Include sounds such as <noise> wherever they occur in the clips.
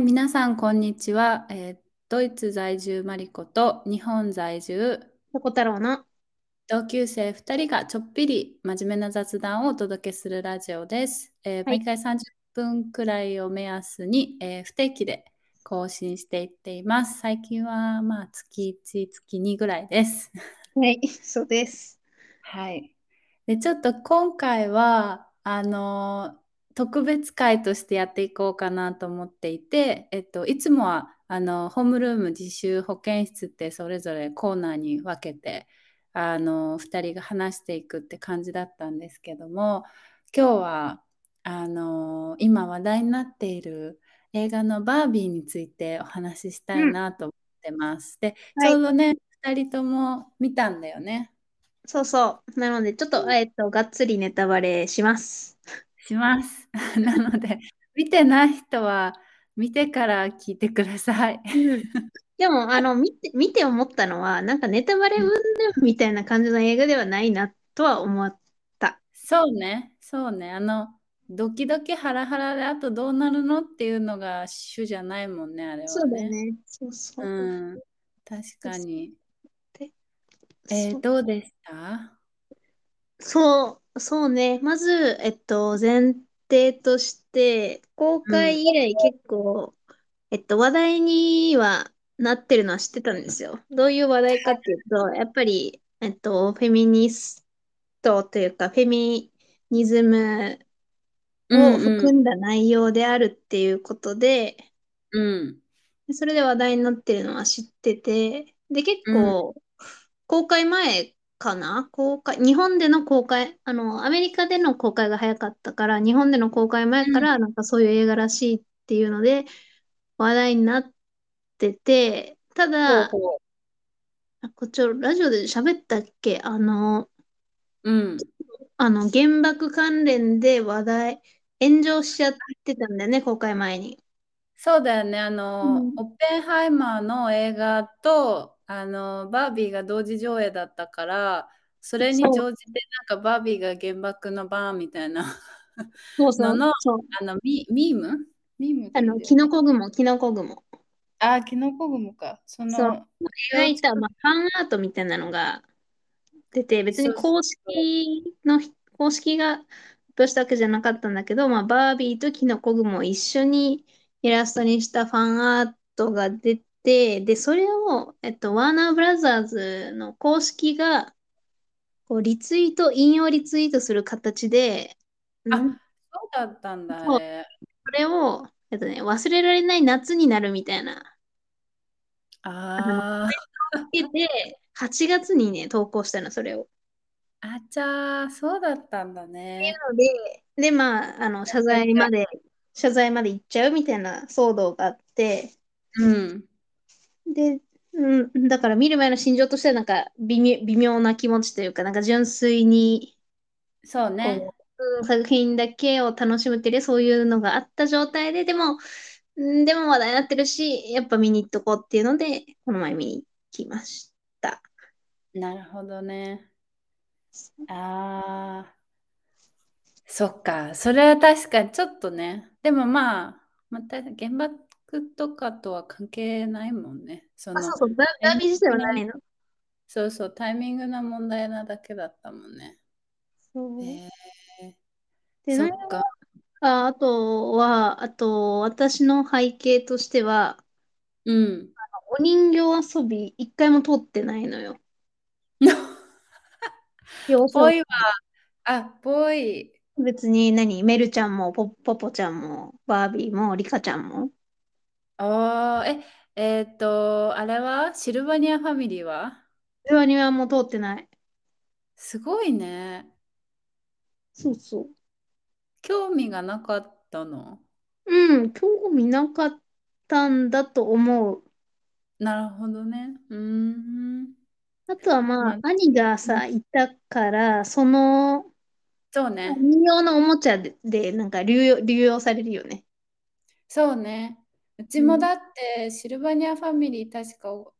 皆さん、こんにちは。えードイツ在住マリコと日本在住タコ太郎の。同級生2人がちょっぴり真面目な雑談をお届けするラジオです。えーはい毎回30分くらいを目安に、えー不定期で更新していっています。最近は、まあ、月1、月2ぐらいです。はい、そうです。はい。で、ちょっと今回は、あの特別会としてやっていこうかなと思っていて、えっと、いつもは、あのホームルーム自習保健室ってそれぞれコーナーに分けて、あの2人が話していくって感じだったんですけども、今日は、あの今話題になっている映画のバービーについてお話ししたいなと思ってます。で、はちいょうどね、2人とも見たんだよね。そうそう。なので、ちょっと、えっと、がっつりネタバレします。します。 <laughs> なので、見てない人は見てから聞いてください。 <laughs> でも、あの、見て、見て思ったのは、なんかネタバレ云々みたいな感じの映画ではないなとは思っそうね、そうね。あの、ドキドキハラハラであとどうなるのっていうのが主じゃないもんね、あれはね。そうだ。ね。そうそう。うん、確かに。えーそうどうでしたそう、そうね。まず、えっと、前提として、公開以来結構、えっと、話題にはなってるのは知ってたんですよ。どういう話題かっていうと、やっぱり、えっと、フェミニストというか、フェミニズムを含んだ内容であるっていうことで、うん、うん。それで話題になってるのは知ってて、で、結構、公開前かな公開、日本での公開、あの、アメリカでの公開が早かったから、日本での公開前から、なんかそういう映画らしいっていうので、話題になってて、ただ、ほうほあこっちをラジオで喋ったっけあの、ううん。あの、原爆関連で話題、炎上しちゃってたんだよね、公開前に。そうだよね。あの、うんオッペンハイマーの映画と、あの、バービーが同時上映だったから、それにそう乗じて、なんかバービーが原爆のバーンみたいな、 <laughs> そそううそう。あの、ミ、ミームミームって言あうんの、だよキノコ雲、キノコ雲。あー、キノコ雲か。その、そう描いた、まあ、ファンアートみたいなのが出て、別に公式のひ、公式が発表したわけじゃなかったんだけど、まあ、バービーとキノコグモを一緒にイラストにしたファンアートが出て、で、それを、えっと、ワーナーブラザーズの公式が、こう、リツイート、引用リツイートする形で、あうんそうだったんだ、そうあれ。それを、えっとね、忘れられない夏になるみたいな、あー、で、8月にね、投稿したの、それを。あちゃー、そうだったんだね。ので、で、まあ、あの、謝罪まで、謝罪まで行っちゃうみたいな騒動があって、うん。で、うん、だから見る前の心情としては、なんか微妙、微妙な気持ちというか、なんか純粋に、そうこね。ううん作品だけを楽しむっていうよりそういうのがあった状態で、でも、うんでも話題になってるし、やっぱ見に行っとこうっていうので、この前見に行きました。なるほどね。ああ、そっか、それは確かにちょっとね、でもまあ、また原爆とかとは関係ないもんね、その、あ、そうそう、ダダービー自体はないの。そうそう、タイミングの問題なだけだったもんね。そうへで、え、そなっんかか、あ、あとは、あと、私の背景としては、うん。 <laughs> お人形遊び、一回も通ってないのよ。幼少ボーイは、あ、ボーイ、別に何、メルちゃんも、ポ、ポポちゃんも、バービーも、リカちゃんも。あーえ、えっと、あれはシルバニアファミリーはそれは庭も通ってない。すごいね。そうそう。興味がなかったの。うん、興味なかったんだと思う。なるほどね。うーん。あとはまうあ、ん兄がさ、いたから、その、そうね。人形のおもちゃで、でなんか流用、流用されるよね。そうね。うちもだってシルバニアファミリー確かお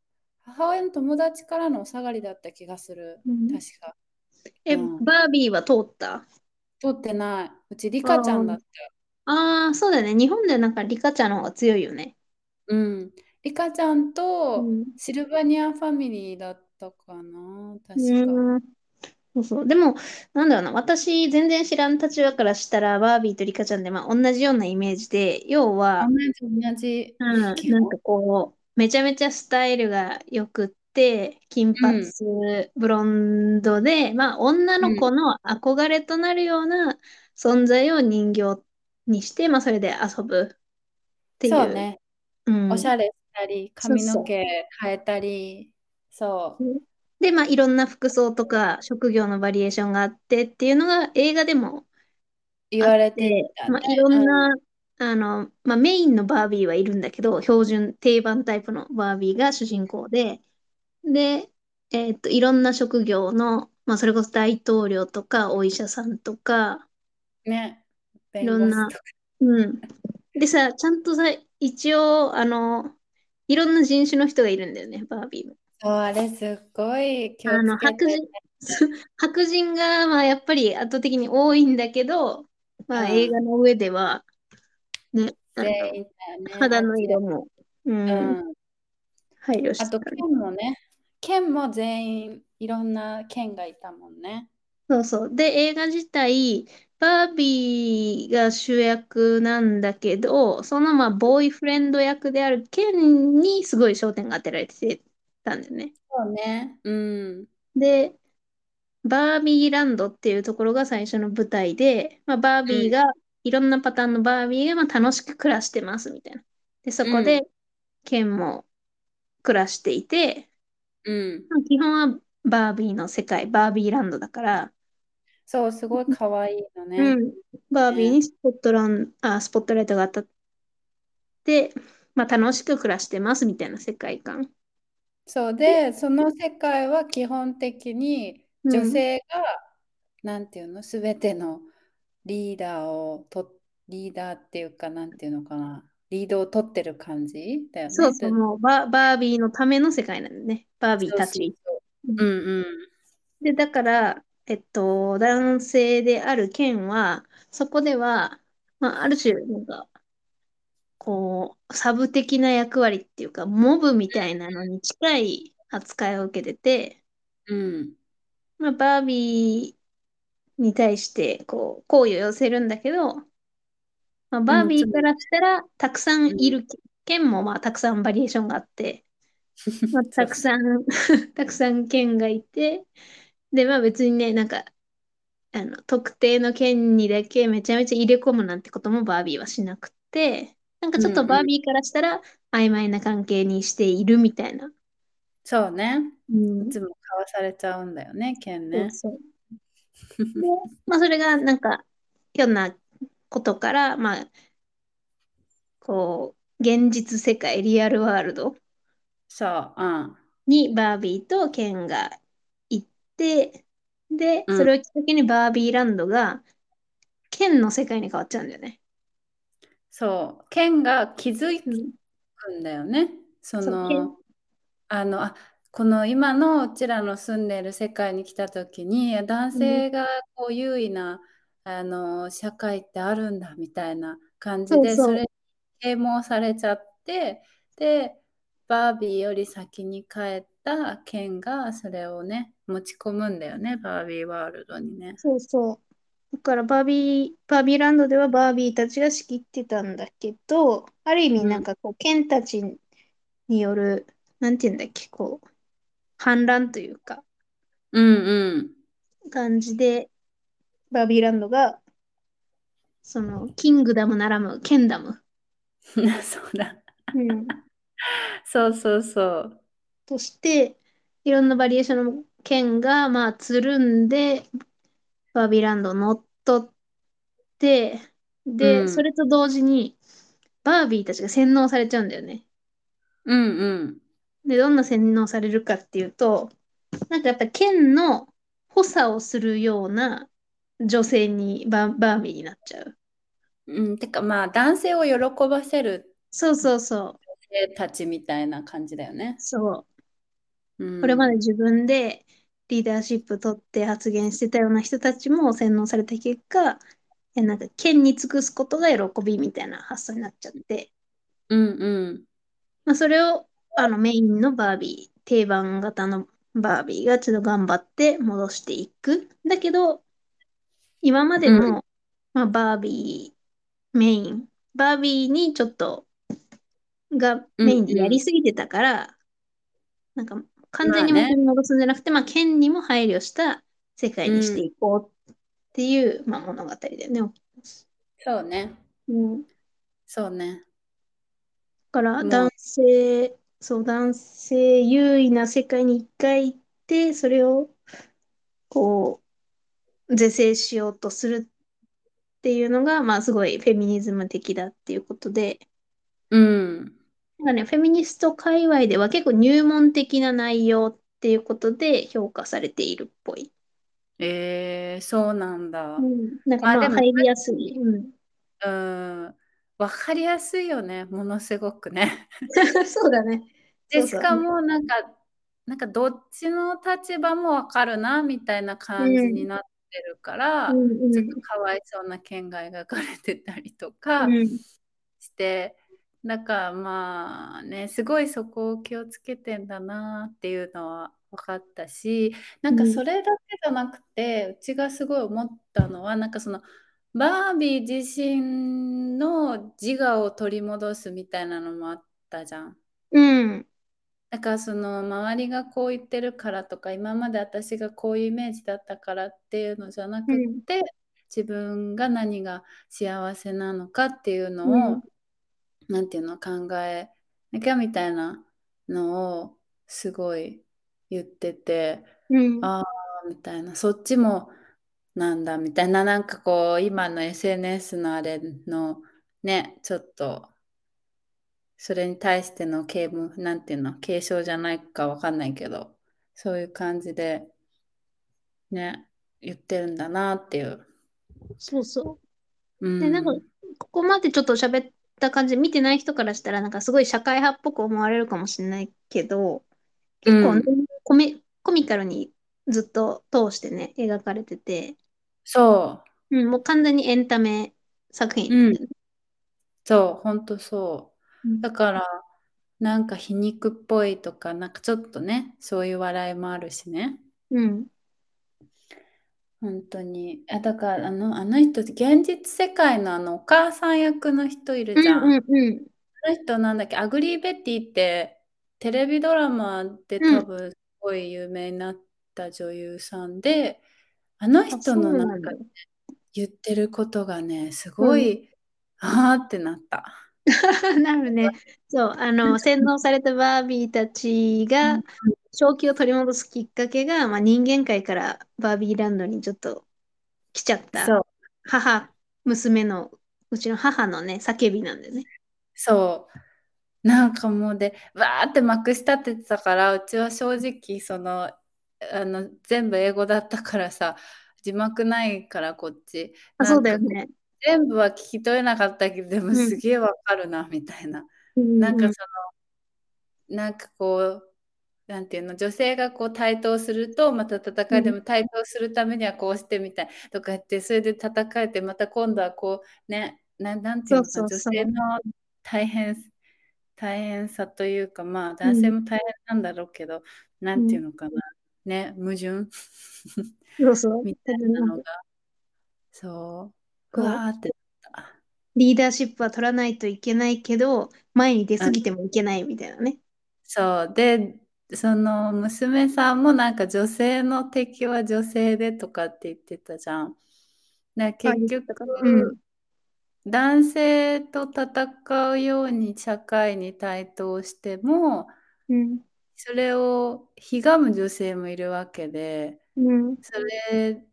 母親の友達からのお下がりだった気がする。うん確か。え、うんバービーは通った取ってない。うちリカちゃんだったよ。ああ、そうだよね。日本ではなんかリカちゃんの方が強いよね。うん。リカちゃんうとん。シルバニアファミリーだったかな、確か。うんそうそう。でも、なんだろうな。私、全然知らん立場からしたら、バービーとリカちゃんで、まあ、同じようなイメージで、要同は、じ、同じ。うん、基なん本かこう、めちゃめちゃスタイルが良くって、金う髪、ん、ブロンドで、まあ、女うのん、子の憧れとなるような存在を人形にして、まあ、それで遊ぶっていそうう。ね。うおしん。ゃれしたり、そう髪のそ。毛変えたり、そうで、まあ、いろんな服装とか、職業のバリエーションがあってっていうのが、映画でも、う、言あわっれてて、たね。まあ、いろんうん、な、あの、まあ、メインのバービーはいるんだけど、標準、定番タイプのバービーが主人公で、で、えーっと、いろんな職業の、まあ、それこそ大統領とか、お医者さんとか、ね。い弁ろん護士な、とか。うん。でさ、ちゃんとさ、一応、あの、いろんな人種の人がいるんだよね、バービーも。そう、あれすっごい気をあつの、け白て人、 <laughs> 白人が、まあ、やっぱり圧倒的に多いんだけど、まあ、た。映うん。画の上では、ね、あの、全員だよね、肌アのジ色も、うア。ん、うん。配慮あしてと、たね。県もね。県も全員、いろんな県がいたもんね。そうそう。で、映画自体、バービーが主役なんだけど、そのまあ、ボーイフレンド役であるケンにすごい焦点が当てられてたんだよね。そうね。うん。で、バービーランドっていうところが最初の舞台で、まあ、バーうビーん。が、いろんなパターンのバービーがまあ楽しく暮らしてますみたいな。で、そうこん。で、ケンも暮らしていて、うん。まあ基本はバービーの世界、バービーランドだから、そう、すごい可愛いのうね。ん。バービね。ーにスポットラン、あ、スポットライトが当たって、まあ楽しく暮らしてますみたいな世界観。そうで、で、その世界は基本的にう女ん。性が、なんていうの、すべてのリーダーをと、リーダーっていうか、なんていうのかな、リードを取ってる感じだよそね。うそう、でもうバ、バービーのための世界なんでね。バービーそうたそうち。そうう。んうんうん。で、だから、えっと、男性であるケンは、そこでは、まあ、ある種、なんか、こう、サブ的な役割っていうか、モブみたいなのに近い扱いを受けてて、うん。まあ、バービーに対して、こう、好意を寄せるんだけど、まあ、うバーん、ビそーう。からしたら、たくさんういん。る県も、まあ、たくさんバリエーションがあって、まあ、そたうくそう。さん <laughs> たくさん県がいて、で、まあ、別にね、なんか、あの、特定の県にだけめちゃめちゃ入れ込むなんてこともバービーはしなくて、なんかうちょっとんバうーん。ビーからしたら、曖昧な関係にしているみたいな。そうね。ういん。つも買わされちゃうんだよね、ケンそうね。そう。で、まあ、それが、なんか、ひょんなことから、まあ、こう、現実世界、リアルワールド、そう、うん。にバービーとケンが行って、で、うそん。れをきっかけにバービーランドがケンの世界に変わっちゃうんだよね。そう、ケンが気づうん。くんだよね。そそう、ケン。の、あの、あ、この今のうちらの住んでいる世界に来た時に、男うん。性がこう優位な、あの、社会ってあるんだみたいな感じそうで、そそれに啓蒙されちゃって、で、バービーより先に帰ったケンがそれをね、持ち込むんだよね、バービーワールドにう、ね。そうそう。だからバービー、バービーランドではバービーたちが仕切ってたんだけど、ある意味うなんん。かこう、ケンたちによる、なんていうんだっけ、こう、反乱というか、うんうん。感じで、バービーランドが、その、キングダムならぬ、ケンダム。 <laughs> そうだ。うん。そうそうそう。としていろんなバリエーションの県がまあつるんでバービーランドを乗っ取ってうでそん。れと同時にバービーたちが洗脳されちゃうんだよね。うんうん。でどんな洗脳されるかっていうとなんかやっぱ県の補佐をするような女性にバ、バービーになっちゃう。うん、てかまあ男性を喜ばせるそうそうそう。女性たちみたいな感じだよね。そう。うこれまでん。自分でリーダーシップ取って発言してたような人たちも洗脳された結果、えなんか、剣に尽くすことが喜びみたいな発想になっちゃって、うんうん。まあ、それを、あの、メインのバービー、定番型のバービーがちょっと頑張って戻していく。だけど、今までの、うんまあ、バービーメイン、バービーにちょっと、がうんメインでやりすぎてたから、なんか、完全にまあね元に戻すんじゃなくて、まあ、剣にも配慮した世界にしていこうっていう、まあ、物語だよね。そうね。うんそうね。だからもう男性、そう、男性優位な世界に一回行って、それを、こう、是正しようとするっていうのが、まあ、すごいフェミニズム的だっていうことで、うん。なんかね、フェミニスト界隈では結構入門的な内容っていうことで評価されているっぽい。えー、そうなんだ。うん、なんかまあまあ、でも入りやすい。うん。うん。わかりやすいよね。ものすごく <laughs> ね。 <laughs> そうだね。で、そうしそうかも、なんか、なんかどっちの立場もわかるな、みたいな感じになってるから、うんうんちょっとかわいそうな県外が書かれてたりとかうん。して、なんかまあね、すごいそこを気をつけてんだなっていうのは分かったし、なんかうんそれだけじゃなくて、うちがすごい思ったのは、なんかその、バービー自身の自我を取り戻すみたいなのもあったじゃん。うん。だからその周りがこう言ってるからとか今まで私がこういうイメージだったからっていうのじゃなくって、自分が何が幸せなのかっていうのを、うんなんていうの考えなきゃみたいなのをすごい言っててうん。ああみたいなそっちもなんだみたいななんかこう今の SNS のあれのねちょっとそれに対しての啓蒙なんていうの継承じゃないかわかんないけどそういう感じでね言ってるんだなっていう。そうそう。うん、でなんかここまでちょっと喋った感じで見てない人からしたらなんかすごい社会派っぽく思われるかもしれないけど結構ね、コミコミカルにずっと通してね描かれてて、そううん、もう完全にエンタメ作品、うんそうほんとそう。うんだからなんか皮肉っぽいとかなんかちょっとねそういう笑いもあるしねうん本当にあだからあのあの人現実世界のあのお母さん役の人いるじゃん、うんうんあの人なんだっけアグリーベティってテレビドラマでうん多分すごい有名になった女優さんで、あのあ人のそうなんんかだ言ってることがねすごい、あーってなった。なるね。そう、あの、洗脳されたバービーたちうがん、正気を取り戻すきっかけが、まあ、人間界からバービーランドにちょっと来ちゃった。そう母、娘の、うちの母のね、叫びなんでね。そうなんかもうでわーってまくし立ててたからうちは正直そのあの全部英語だったからさ字幕ないからこっちあ、そうだよなんかね。全部は聞き取れなかったけどでもんすげえわかるな、みたいなななんかそのなんかこうなんていうの女性がこう対等するとまた戦いでうんも対等するためにはこうしてみたいとかやってそれで戦えてまた今度はこうねななんていうのかそうそうそう女性の大変大変さというかまあ男性も大変なんだろうけど、なんていうのかな、ね矛盾そうそう <laughs> みたいなのがそうそううわーってなったリーダーシップは取らないといけないけど、前に出過ぎてもいけないみたいなね。そうでその娘さんもなんか女性の敵は女性でとかって言ってたじゃん。だから結局、うん男性と戦うように社会に対等してもうん。それをひがむ女性もいるわけでうん。それ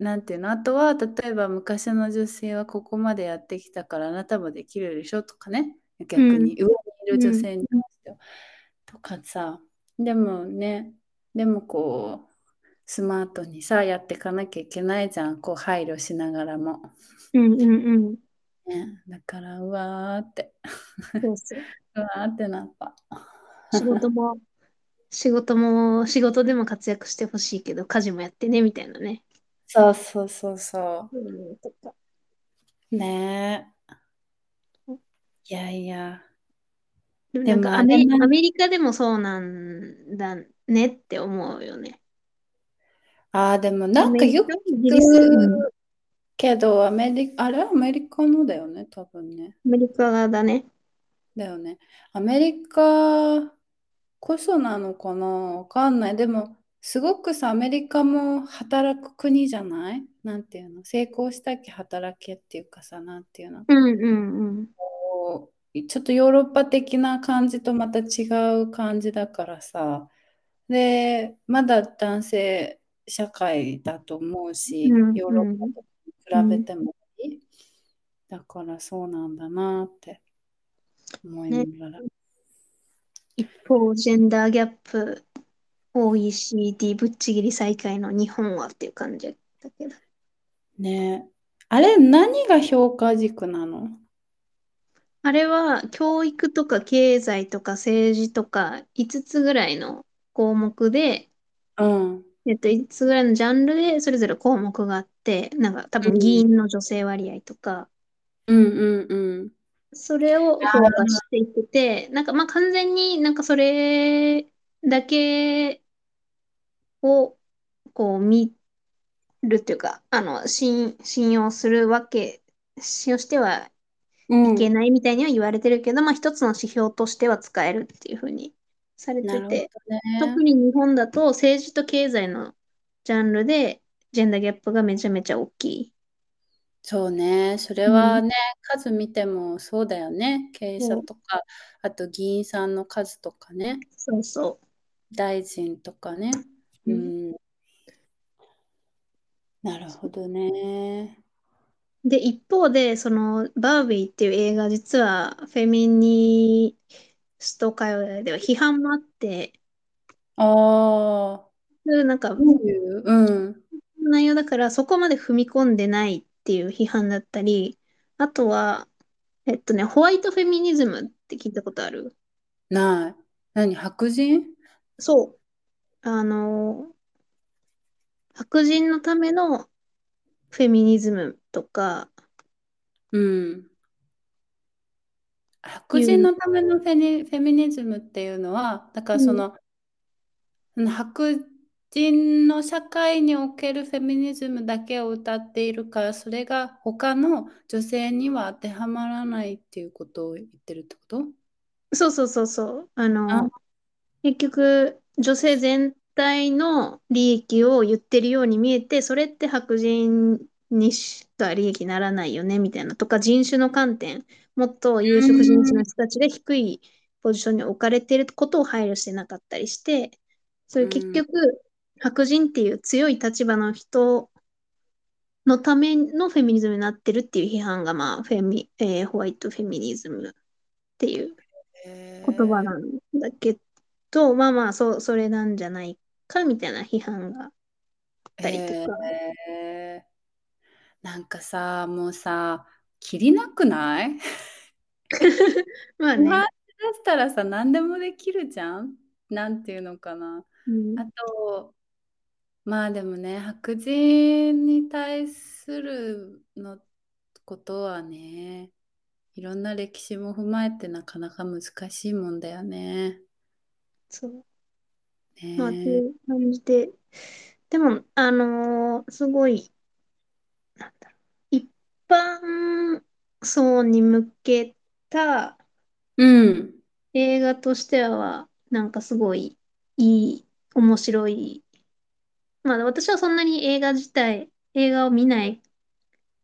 なんていうのあとは例えば昔の女性はここまでやってきたからあなたもできるでしょとかね逆に上にいる女性に関しては、とかさでもねでもこうスマートにさやっていかなきゃいけないじゃんこう配慮しながらも、うん。うん。うん。ね、だからうわーってそうそう。うわーってなった仕事 <laughs> も、仕事も、仕事でも活躍してほしいけど、家事もやってね、みたいなね。そうそうそうそうん、とか。うねえいやいやでもでなんもかあアれメ、なアん、メリカでもそうなんだねって思うよね。ああ、でもアなんメかリよカ、くイギ聞リス、うんくけど、アメリ、あれはアメリカのだよね、多分ね。アメリカ側だね。だよね。アメリカこそなのかなわかんない。でも、すごくさ、アメリカも働く国じゃないなんていうの成功したっけ働けっていうかさ、なんていうのうんうんうん。こうちょっとヨーロッパ的な感じとまた違う感じだからさ。で、まだ男性社会だと思うし、うんヨーうロッパん。とう比べん。てもいい。だからそうなんだなって思いね。ながら。一方、ジェンダーギャップ OECD ぶっちぎり最下位の日本はっていう感じだけど。ねえ。あれ、何が評価軸なのあれは教育とか経済とか政治とか5つぐらいの項目で、うん。えっと、5つぐらいのジャンルでそれぞれ項目があって、なんか多う分議ん員の女性割合とか、うんうんうん。それを評価あしていってて、なんかまあ完全になんかそれだけをこう見るっていうか、あの、信、信用するわけ、信用してはういけん。ないみたいには言われてるけど、まあ一つの指標としては使えるっていうふうにされなてるほどて、特ね。に日本だと政治と経済のジャンルでジェンダーギャップがめちゃめちゃ大きい。そうね。それうはん。ね、数見てもそうだよね。経営者そう、とか、あと議員さんの数とかね、そうそ大臣とかね。う。ううんん。なるほどね。で、一方で、その、バービーっていう映画、実は、フェミニスト界隈では批判もあって、ああ、なんか、どういううん。内容だから、そこまで踏み込んでないっていう批判だったり、あとは、えっとね、ホワイトフェミニズムって聞いたことあるない。何、白人そう。あの、白人のためのフェミニズムとか、うん。白い人う、のためのフェニ、フェミニズムっていうのは、だかうらそん、の、その白人の社会におけるフェミニズムだけを歌っているから、それが他の女性には当てはまらないっていうことを言ってるってことそうそうそうそう。ああ、の、結局、女性全体の利益を言ってるように見えて、それって白人にしか利益ならないよね、みたいな。とか、人種の観点、もっと有色人種うの人たちが低いポジションに置かれていることを配慮してなかったりして、それ結ん、うん、局、白人っていう強い立場の人のためのフェミニズムになってるっていう批判が、まあ、フェミ、えーホワイトフェミニズムっていう。言葉へなえんだけど、まあまあ、そう、それなんじゃないかみたいな批判があったりとへか。えなんかさ、もうさ、切りなくないまあ <laughs> 批判しね、だしたらさ、何でもできるじゃんなんていうのかな。うん、あと、まあでもね、白人に対するのことはね、いろんな歴史も踏まえてなかなか難しいもんだよね。そう、まあ、っていねえ。う感じで。でも、あのーすごい、なんだろう、一般層に向けたうん。映画としては、なんかすごいいい、面白い。まあ、私はそんなに映画自体、映画を見ない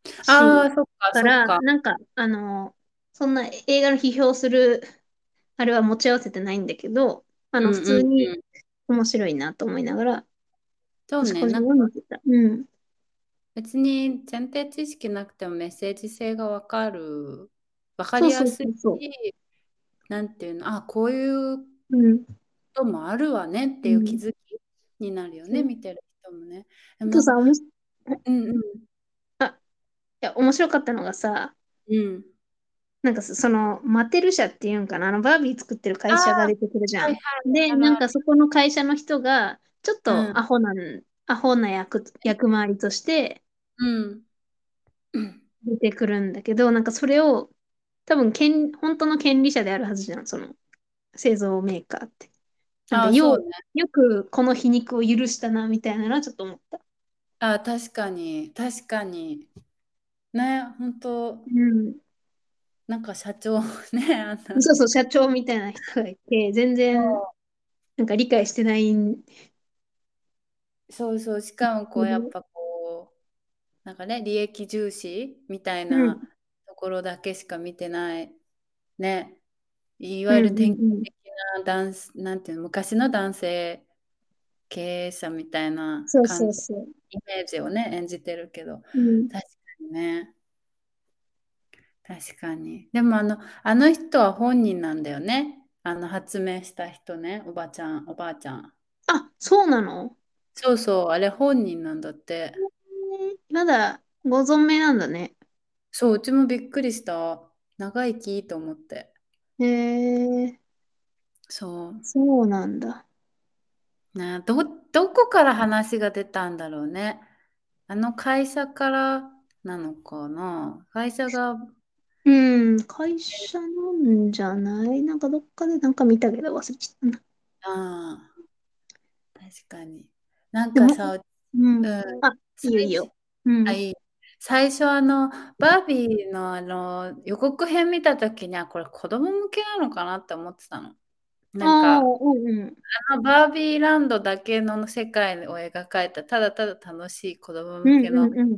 あし、あ、そっか、かそっら、か。なんか、あの、そんな映画の批評する、あれは持ち合わせてないんだけど、あうの、ん普う通んにうん。面白いなと思いながら、そう私ね、個な人んはか見てた。うん。別に前提知識なくてもメッセージ性がわかる、わかそうりやそうすそいうそし、なんていうの、あ、こういうう。うん。こともあるわねっう。ていうん気づきになるよそね、う見てる人もね。であもとなんか、さ、おもし、うんうん。あ、いや、面白かったのがさ、うん。なんかそその、マテル社っていうんかな、あの、バービー作ってるあ会社があ、出てくるじゃはいん。はい、で、あるなんあかる。そこの会社の人が、ちょっうとん、アホなん、アホな役、役回りとしてうん、うん、出てくるんだけど、なんかそれを、多分権、本当の権利者であるはずじゃん、その。製造メーカーって。なんあかあ、そうよね。う、よくこの皮肉を許したな、みたいなのはちょっと思った。ああ、確かに、確かに。ね、本当うん。なんか社長 <laughs> ね、あんな。そうそう、社長みたいな人がいて、全然、そなんか理解してないんうそうそう、しかもこう、やっぱこう、なんかね、利益重視みたいうん、なところだけしか見てない、ね、いうわゆん、る典型うん、うん。的な男性、なんていうの、昔の男性経営者みたいなそうそ感うじ、そう。イメージをね、演じてるけど、うん。確かにね、確かに。でもあの、あの人は本人なんだよね。あの発明した人ね、おばちゃん、おばあちゃん。あ、そうなのそうそう、あれ本人なんだって。まだご存命なんだね。そう、うちもびっくりした。長生きと思って。へえ、そう。そうなんだ。ね、ど、どこから話が出たんだろうね。あの会社からなのかな。会社が、うん、会社なんじゃないなんかどっかでなんか見たけど忘れちゃったな。ああ、確かに。なんでかも、さ、ううん。ん、あ、いいよい最い初、よ。うあ、ん。いい。最初あの、バービーのあの、予告編見た時には、あこれ子供向けなのかなって思ってたの。あなんあ、か、うんうん。あのバービーランドだけの世界を描かれた、ただただ楽しい子供う向んけの、うんうん。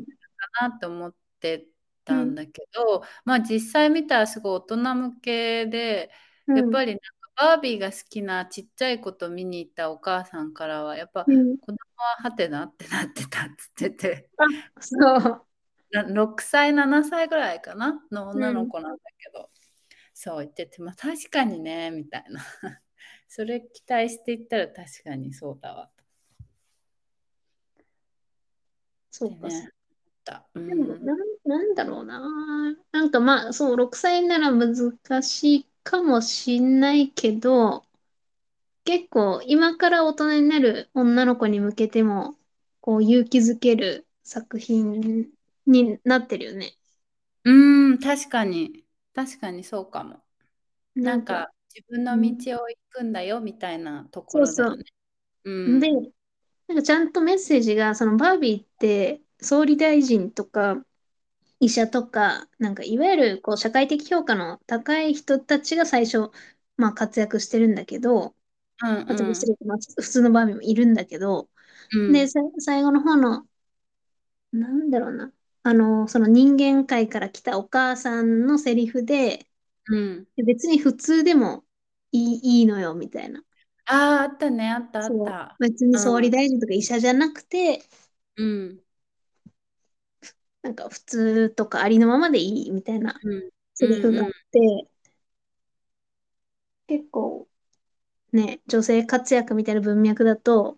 なって思ってうたんんだけど、まあ実際見たらすごい大人向けで、やっうんぱりなんかバービーが好きなちっちゃい子と見に行ったお母さんからは、やっぱうん。子供はハテナってなってたっつってて、あ、そう。な6歳、7歳ぐらいかなのう女のん。子なんだけど、そう言ってて、まあ確かにね、みたいな。 <laughs> それ期待していったら確かにそうだわ。そっうてか、そう。ね、だうでも、ん。なん、なんだろうな。なんかまあ、そう、6歳なら難しいかもしんないけど、結構今から大人になる女の子に向けても、こう勇気づける作品になってるよね。うーん、確かに。確かにそうかも。ななんんか、か自分うのん、道を行くんだよみたいなとこそうろだそよね。う。うで、ん。なんかちゃんとメッセージが、そのバービーって総理大臣とか医者とか、なんかいわゆるこう社会的評価の高い人たちが最初、まあ活躍してるんだけど、う活躍してんる、まあ、普通のバービーもいるんだけど、うん。うで、ん。さ最後の方の、なんだろうな。あの、その人間界から来たお母さんのセリフで、うん。別に普通でもいい、いいのよ、みたいな。ああ、あったね。あったあっそう。た。別にう総理ん。大臣とか医者じゃなくて、うん。なんか普通とかありのままでいい、みたいなうん。セうリフがん。あうっん。て、結構ね、女性活躍みたいな文脈だと、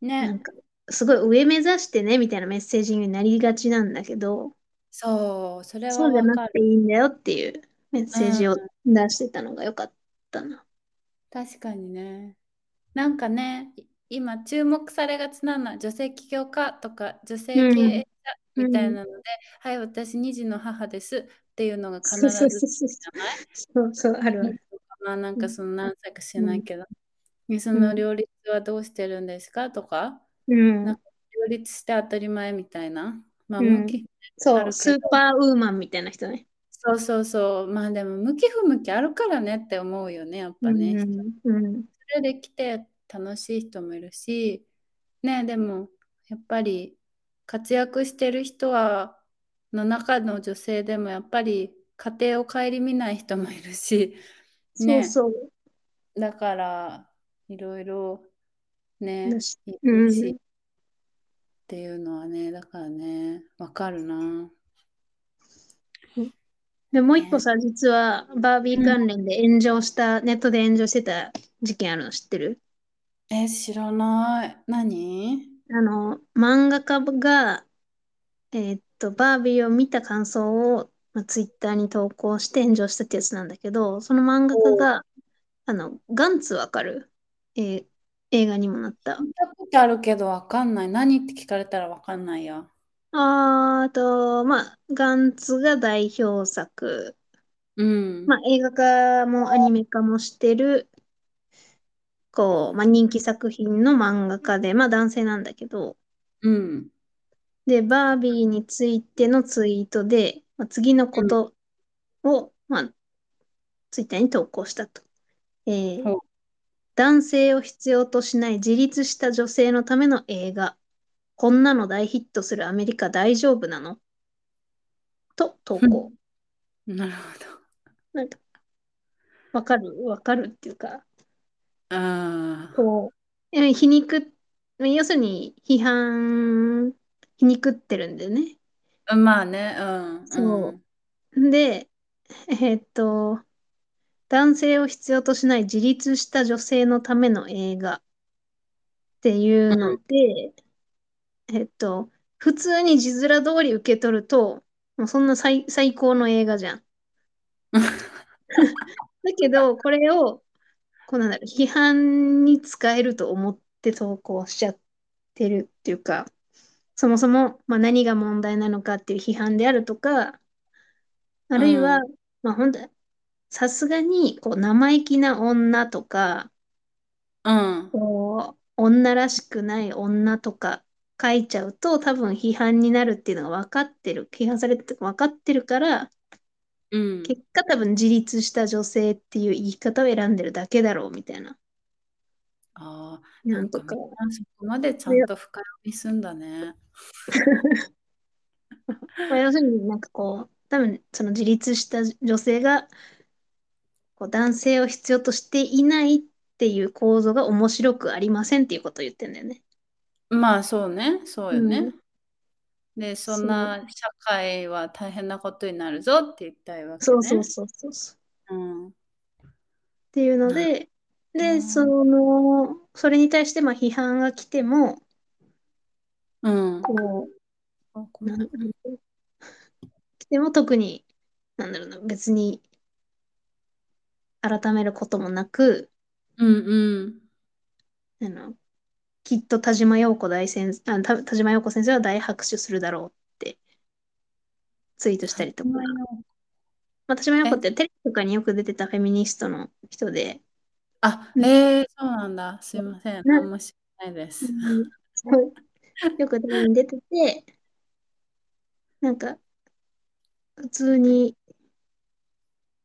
なんね。か、すごい上目指してね、みたいなメッセージになりがちなんだけど、そう。それそはうじゃわなくかる。ていいんだよっていうメッうセージをん。出してたのが良かったな。確かにね。なんかね、い今注目されがちなのは女性起業家とか女性う経ん。営者うみたいん。なので、はい、私2児の母ですっていうのが必そうそうずそうそう。じゃないそうそう、あるあうんる。まあなんうかん。その何歳か知らうないん。けど、でそうのん。両立はどうしてるんですかとか、うなんん。か両立して当たり前みたいな、まあう向んきあそう、るけスーど、パーウーマンみたいな人ね。そうそうそう、まあでも向き不向きあるからねって思うよね、やっうぱね。人ん。うん。それで来て楽しい人もいるし、ね、でもやっぱり活躍してる人は、の中の女性でもやっぱり家庭を顧みない人もいるし、そうね。そう。だからいろいろだねし。いうるしっん。ていうのはねだからねわかるなで、もう一個ねさ、実は、バービーうん関連で炎上した、ネットで炎上してた事件あるの知ってるえ知らない何あの、漫画家が、えーっと、バービーを見た感想を、まあ、ツイッターに投稿して炎上したってやつなんだけど、その漫画家おうが、あの、ガンツわかるえー映画にもなった。聞いたことあるけどわかんない何って聞かれたらわかんないやあーと、まあ、ガンツが代表作うん。まあ、映画化もアニメ化もしてる、こう、まあ、人気作品の漫画家で、まあ、男性なんだけど、うん。で、バービーについてのツイートで、まあ、次のことを、まあ、ツイッターに投稿したと。えーほ男性を必要としない自立した女性のための映画、こんなの大ヒットするアメリカ大丈夫なのと投う稿。うんなるほど。なんか、わかるわかるっていうか、ああ、こう、え皮肉、まあ要するに批判、皮肉ってるんだよね。まあね、うんうそん。う。で、えーっと、男性を必要としない自立した女性のための映画っていうので、えっと、普通に字面通り受け取ると、もうそんな最、最高の映画じ <laughs> ゃん。うんだけど、これを、こうなんだろう、批判に使えると思って投稿しちゃってるっていうか、そもそも、まあ、何が問題なのかっていう批判であるとか、あうるいは、んまあ、本当さすがに、こう、生意気な女とか、うんこう、女らしくない女とか書いちゃうと多分批判になるっていうのが分かってる。批判されてる分かってるから、うん結果多分自立した女性っていう言い方を選んでるだけだろうみたいな。ああ、ななんんとかか。みんなそこまでちゃいんやと深読みすんだね。まあ、要するになんかこう、多分その自立した女性がこう男性を必要としていないっていう構造が面白くありませんっていうことを言ってんだよね。まあそうね、そううよん。ね。で、そんそう。な社会は大変なことになるぞって言いたいわけそうそうね。そうそうそう。うん。っていうのなるで、で、そほど。の、それに対してまあ批判が来ても、うん。こあ、ごう、なめん。ん、来ても特に、なんだろうな、別に改めることもなく、うんうん。あの、きっと田島陽子大先あ、た田島陽子先生は大拍手するだろうってツイートした田りとか、島よ。まあ、田島陽子え、ってテレビとかによく出てたフェミニストの人で、あ、うんへえ、そうなんだ。すいません。な、何も知らないでうす。んそう <laughs> よくテレビに出てて、なんか、普通に、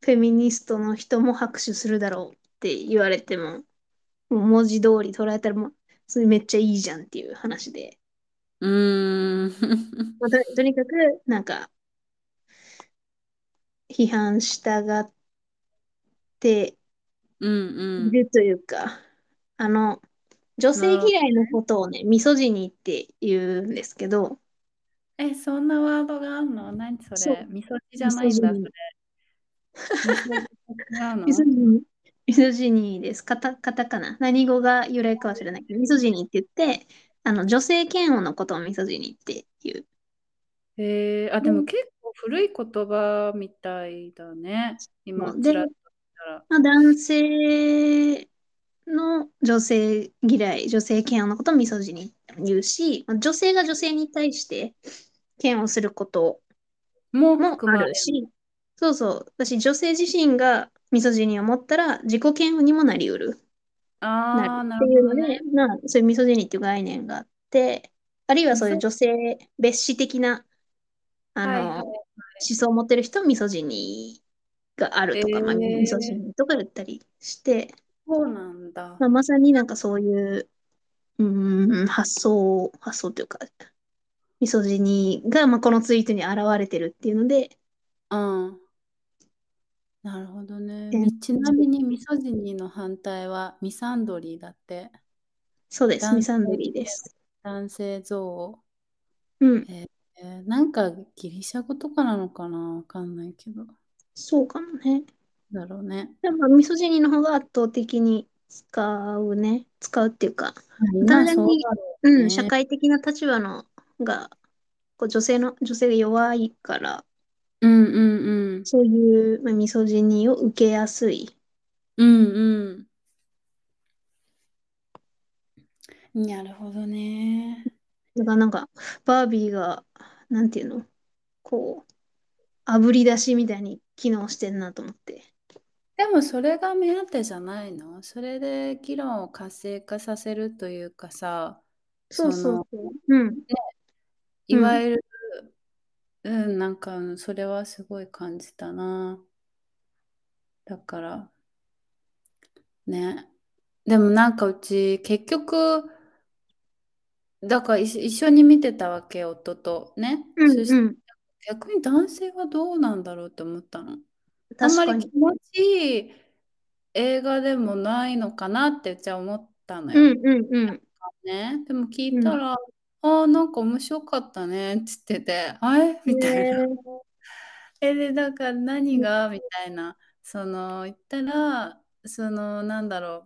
フェミニストの人も拍手するだろうって言われても、もう文字通り捉えたらもう、それめっちゃいいじゃんっていう話で。うーん。 <laughs> まあ、ととにかく、なんか、批判したがってうんういん。るというか、あの、女性なるほど。嫌いのことをね、ミソジニーって言うんですけど、え、そんなワードがあるの何そそれう、みそじじミゃなソいんジだ。そニー。れみそじと違うミソのジニー。ミソジニーです。カタ、カタカナ。何語が由来かは知らないけど、ミソジニーって言って、あの、女性嫌悪のことをミソジニーっていう。へえ、あ、でうもん結構古い言葉みたいだね。今、で、ちらっと見たら。まあ、男性の女性嫌い、女性嫌悪のことをミソジニーって言うし、まあ、女性が女性に対して嫌悪することもうも含あまれるるの。し、そうそう、私、女性自身がミソジニーを持ったら自己嫌悪にもなりうる、なるああ、っなてるいほうのどね。で、まあ、そういうミソジニーっていう概念があって、あるいはみそういそうう。女性蔑視的な、あはいはの、い思はい。想を持ってる人をミソジニーがあるえとか、まあ、ミソジー、ニーとか言ったりして、そうなんまあ、だ。まさになんかそういう、うーん、発想、発想というか、ミソジニーが、まあ、このツイートに現れてるっていうので、うん。なるほどね。えーみ、ちなみに、ミソジニーの反対はミサンドリーだって。そうです、ミ男サンド性、リーです。男性憎うん、悪。えーなんかギリシャ語とかなのかなわかんないけど。そうかもね。だろうね。でも、ミソジニーの方が圧倒的に使うね、使うっていうか、単今純そうに、だろううん、社ね。会的な立場のが、こう女性の、女性が弱いから、うんうんうん。そういう、まあ、ミソジニーを受けやすい。うんうん。なるほどね。だからなんか、バービーが、なんていうのこう、炙り出しみたいに機能してんなと思って。でもそれが目当てじゃないのそれで議論を活性化させるというかさ、そうそそうの、そう。うん。ね、いうわん。ゆる、うん、なんか、うんそれはすごい感じたな。だから、ね。でもなんかうち、結局、だから一緒、一緒に見てたわけ、夫と。ね。うそんしうん。逆に男性はどうなんだろうって思ったの。あん確まかり気に。持ちいい映画でもないのかなってうちは思ったのうよ。んうんうん。ね、でも聞ういたん。ら、ああ、なんか面白かったねって言ってて、あれみたいな。ねえ、で、だから何え。がみたいな。その、言ったら、その、なんだろう。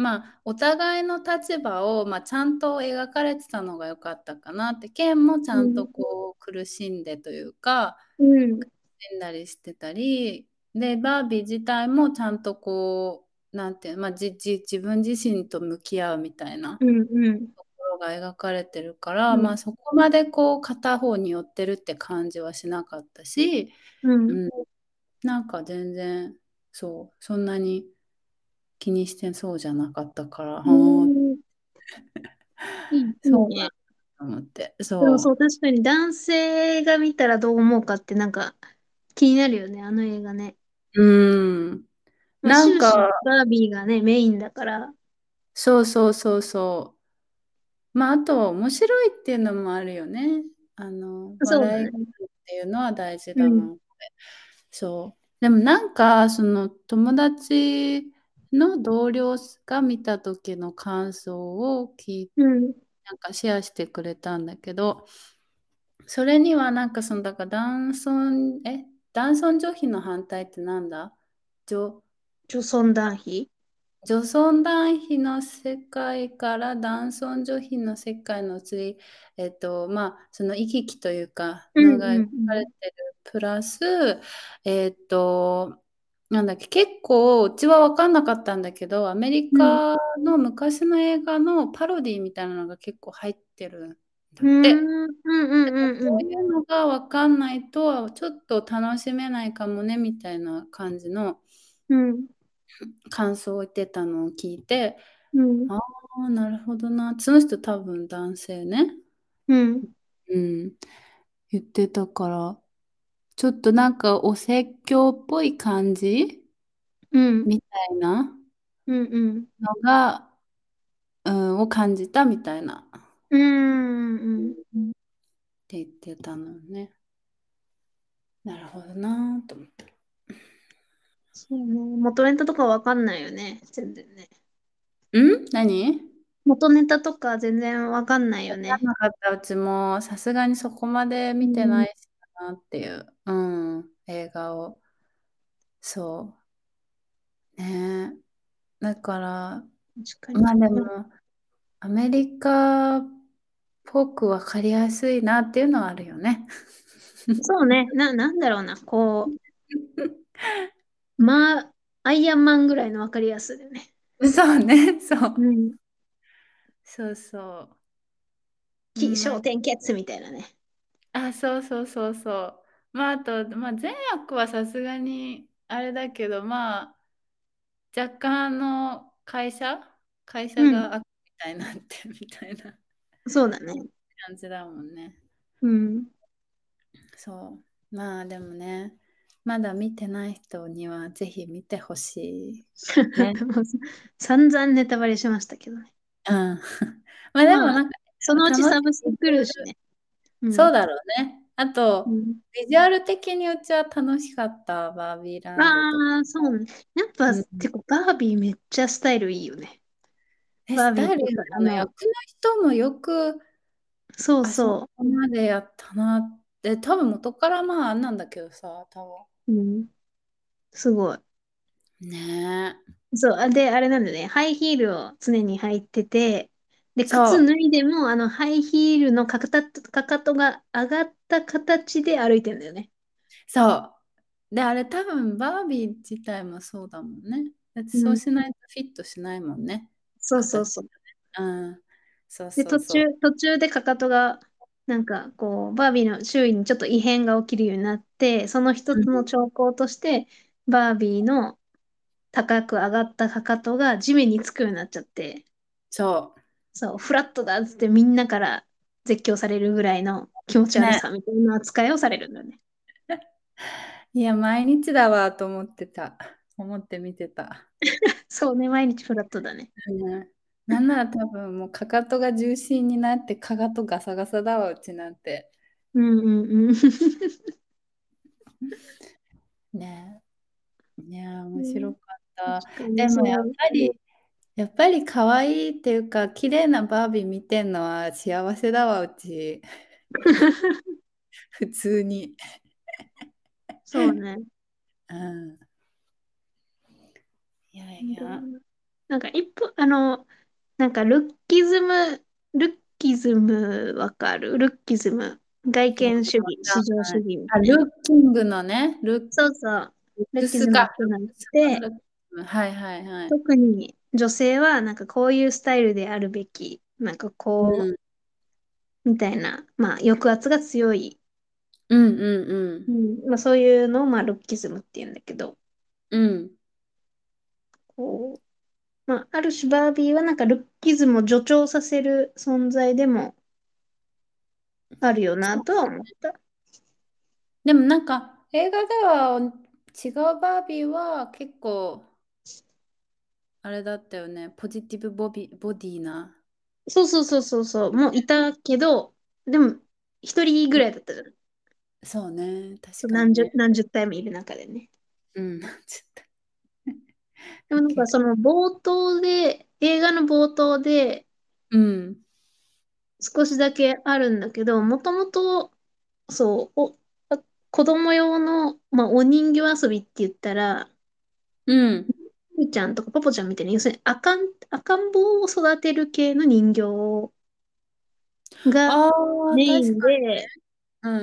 まあ、お互いの立場を、まあ、ちゃんと描かれてたのが良かったかなって、ケンもちうゃんとん。こう苦しんでというか、うん。死んだりしてたり、で、バービー自体もちゃんとこう、なんていうの、まあ、じ、じ、自分自身と向き合うみたいな。うんうん。ところが描かれてるから、うまん。あ、そこまでこう片方に寄ってるって感じはしなかったし、うん。うん、なんか全然そうそんなに気にしてそうじゃなかったからあうーんいい、いいそうなんね。だと思ってでもそう、そ確かに男性が見たらどう思うかってなんか気になるよね、あの映画ね。ううんまなあ、ん終始かバービーがね、メインだから。そうそうそうそうまああと面白いっていうのもあるよねあのそうだ笑いね。があるっていうのは大事うだん。もんそう。でもなんか、その友達の同僚が見た時の感想を聞い、うん。なんかシェアしてくれたんだけど、それにはなんかその、だから男尊、え、男尊女卑の反対ってなんだ女、女尊男卑女尊男卑の世界から男尊女卑の世界の移り、えっと、まあ、その行き来というか、うのんがう描んかれてる。プラス、えっと、なんだっけ、結構、うちは分かんなかったんだけど、アメリうん。カの昔の映画のパロディみたいなのが結構入ってるんだうって。ん。うんうんうんう。そうんいうのが分かんないと、ちょっと楽しめないかもね、みたいな感じのうん。感想を言ってたのを聞いて、うん。ああ、なるほどな。その人多分男性ね。うん。うん。言ってたから、ちょっとなんかお説教っぽい感じうん。みたいなうんうん。のが、うん、を感じたみたいな。ううんん。うんって言ってたのね。なるほどなと思って。そうね。元ネタとかわかんないよね。全然ね。ん何元ネタとか全然わかんないよわかんね。なかったうちも、さすがにそこまでう。見てなんいしなっていう、うん、映画を。そう。ねだから、確かまに。あでも、アメリカっぽく分かりやすいなっていうのはあるよね。 <laughs> そうね。な、なんだろうな。こ <laughs> う、まあ、アイアンマンぐらいのわかりやすいよね。そうね、そうう。ん。そうそう。う起ん、ま承転結みたいなね。あ、あ、そうそうそうそう。まああと、まあ、善悪はさすがにあれだけど、まあ若干あの会社会う社ん。が悪みたいになってみたいなそうだね。感じだもんね。うん。そう。まあでもね、まだ見てない人にはぜひ見てほしい。ね。 <laughs> もう散々ネタバレしましたけどね。うん。 <laughs> まあでもまあ、なんかそのう楽ちしサブスク来るしく、ね。う。そうんだろうね。あうと、ん。ビジュアル的にうちは楽しかった、バービーランドとか。ああ、そうね。やっぱ、うんてか、バービーめっちゃスタイルいいよね。え、バースビーっタイてルいういいか、よあね。の、役の人もよく、そうあそそこまでやったなって、多分元からまああんなんだけどさ、多う。うん。すごい。分。ねえ。そう。あで、あれなんだよね。ハイヒールを常に履いてて、で、そ靴う。脱いでも、あの、ハイヒールのかかと、かかとが上がった形で歩いてんだよね。そう。で、あれ多分バービー自体もそうだもんね。だってう。そうんしないとフィットしないもんね。そうそう形。そう。うん。そうで、そう途そう。中、途中でかかとが、なんかこう、バービーの周囲にちょっと異変が起きるようになって、その一うつんの兆候として、バービーの高く上がったかかとが地面につくようになっちゃって、そそう、フラットだっつってみんなから絶叫されるぐらいの気持ちう。悪ね。さみたいな扱いをされるんだよね。いや、毎日だわと思ってた。思って見てた。そうね、毎日フラットだね。うんなんなら多分もうかかとが重心になってかかとガサガサだわうちなんて。うんうん <laughs> うん。ねえ。ねえ、う面白んかった。確かでにもやそっう。ぱり、やっぱり可愛いっていうか、綺麗なバービー見てんのは幸せだわう <laughs> ち。普通に。そうね。うん。いやい本当や。になんか一歩、あの、なんかルッキズム、ルッキズムわかるルッキズム。わ外見主義、至上かん主ない義みあ、たいルな。ッキングのね、ルッそうそう。ルッルックスキズムっか。てルッなっクスかて、ルッキズムはいはいはい。特に女性はなんかこういうスタイルであるべき、なんかこうん、う、みたいな、まあ抑圧が強い。うんうんうんまあ、そういうのを、まあ、ルッキズムって言うんだけど、うん。うんこう、まあ、ある種バービーはなんかルッキズムを助長させる存在でもあるよそなうとは思った。でもなんか映画では違うバービーは結構あれだったよね。ポジティブボビ、ボディな。そうそうそうそうそう、もういたけど、でも、一人ぐらいだったじゃん。そうね。確そうか何に十、ね。何十体もいる中でね。うん。 <laughs> ちょでもっなんかと。その冒頭で、映画の冒頭でうん。少しだけあるんだけど、もともと、そう、お、あ子供用の、まあ、お人形遊びって言ったら、うん。ゆうちゃんとかパポちゃんみたいな、要するに赤ん、赤ん坊を育てる系の人形がああ、メイ確ンかで、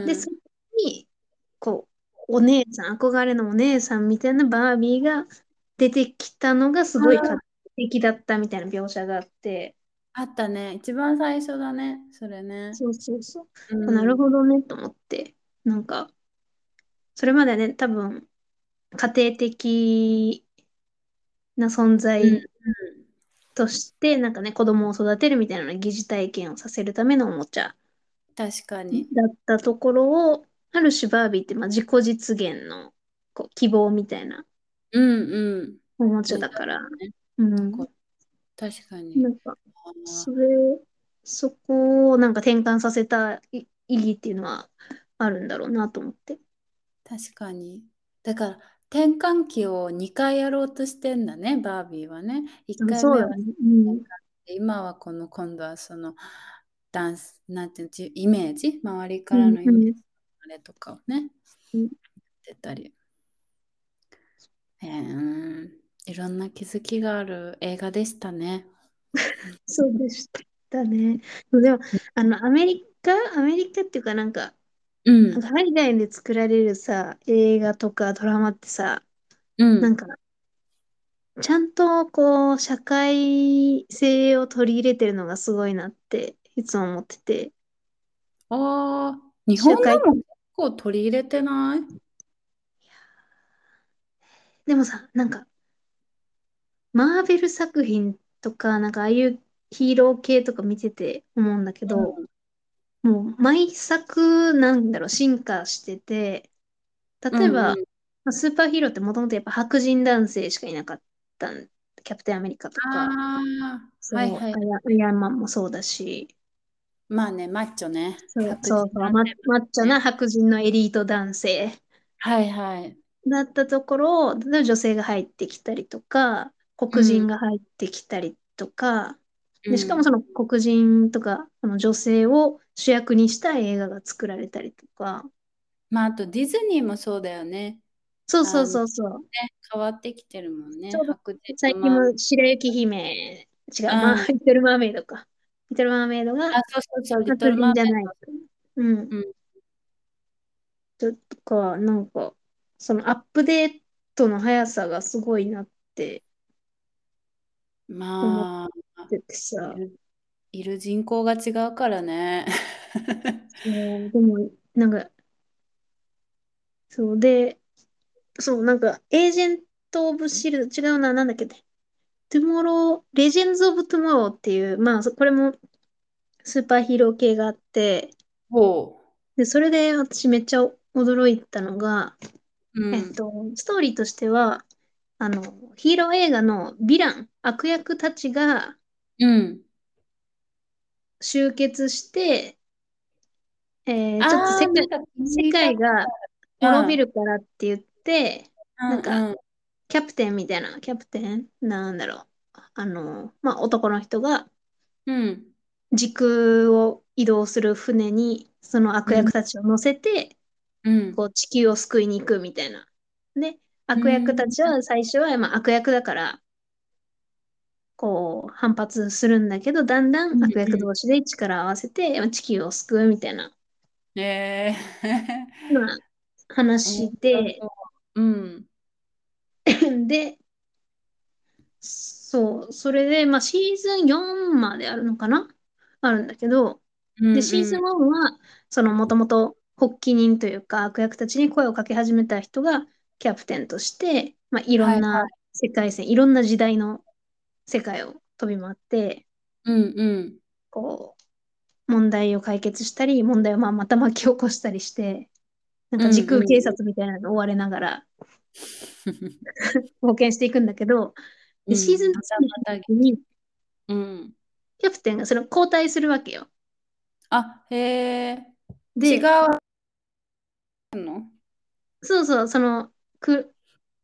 に。で、うそん。こに、こう、お姉さん、憧れのお姉さんみたいなバービーが出てきたのがすごいあ画ー期的だったみたいな描写があって、あったね。一番最初だね。それね。そうそうそう。うあなるん。ほどね、と思って。なんか、それまではね、多分、家庭的な存うん在として、なんかね、子供を育てるみたいな疑似体験をさせるためのおもちゃ。確かに。だったところを、ある種バービーってまあ自己実現のこう希望みたいなうんうん。おもちゃにだなかるら、ね。うこん、う確かに。なんか、あそーれ、そこをなんか転換させたい意義っていうのはあるんだろうなと思って。確かに。だから転換期を2回やろうとしてんだね、バービーはね。1うん回そう目だはね。う転換ん。期今はこの今度はそのダンス、なんていうの、じイメージ、周りうからんのイうメージ、ん。あれとかをね、うん出たり。へーいろんな気づきがある映画でしたね。そうでしたね。でも、あの、アメリカ、アメリカっていうかなんか、うなんん、か海外で作られるさ、映画とかドラマってさ、うなんん、か、ちゃんとこう社会性を取り入れてるのがすごいなっていつも思っててああ、日本社会でも結構取り入れてないでもさなんかマーベル作品とかなんかああいうヒーロー系とか見てて思うんだけどもう毎作なんだろう進化しててう例えん、ばうん、まあスーパーヒーローってもともとやっぱ白人男性しかいなかったんキャプテンアメリカとかああー、はいそうはい。アヤ、アイアンマンもそうだしまあね、マッチョね。そう白人そうそう男マ性マッチョね。な白人のエリート男性はいはい。だったところを、例えば女性が入ってきたりとか、う黒人ん、が入ってきたりとか、うで、しかもん、その黒人とか、あの女性を主役にした映画が作られたりとか、まああとディズニーもそうだよね。そうそあうのね、そうそう、変わってきてるもんちね。ょうど白人の最近マーメイも白雪姫、違ド。う、まあ、うん。リトルマーメイドか。リトルマーメイドがあ、そうそうそう、リト白ル人マーじゃメない。うん。イド。とか、なんか、そのアップデートの速さがすごいなってうん。思っまあ、てていさ、る、いる人口が違うからね。そうでも、なんか、そうで、そう、なんか、エージェント・オブ・シールド、違うな、なんだっけ、トゥモロー、レジェンズ・オブ・トゥモローっていう、まあ、そこれもスーパーヒーロー系があって、ほで、 <laughs> それで私めっちゃ驚いたのが、う。うえっん。と、ストーリーとしては、あの、ヒーロー映画のヴィラン、悪役たちがうん。集結して、えーちょっとあ世あ、な界、んか世聞いた界こがと滅びあるからって言って、なんる。うか、んうんキャプテンみたいな、キャプテンなんだろう。あの、まあ、男の人がうん。時空を移動する船に、その悪うん。役たちを乗せて、うん。こう地球を救いに行くみたいな。で、う悪役たん。ちは最初は、まあ、悪役だから、こう反発するんだけど、だんだうんん悪役う同士で力を合わせて、まあ、地球を救うみたいな、ん。え <laughs> え。まあ、面話白で、そう。うん。で、そう、それで、まあ、シーズン4まであるのかなあるんだけど、うで、シーズンん1は、その、もともと発起人というか、悪役たちに声をかけ始めた人がキャプテンとして、まあ、いろはんいは。ない世界線、いろんな時代の世界を飛び回って、うんうん。こう、問題を解決したり、問題をまあまた巻き起こしたりして、なんうか時ん空う警ん。察みたいなのに追われながら冒険していくんだけど、で、うシーズん。ンまた2にまたな劇。った時に、うん。キャプテンがそれを交代するわけよ。あ、へえ。違で、うのそうそう、その、く、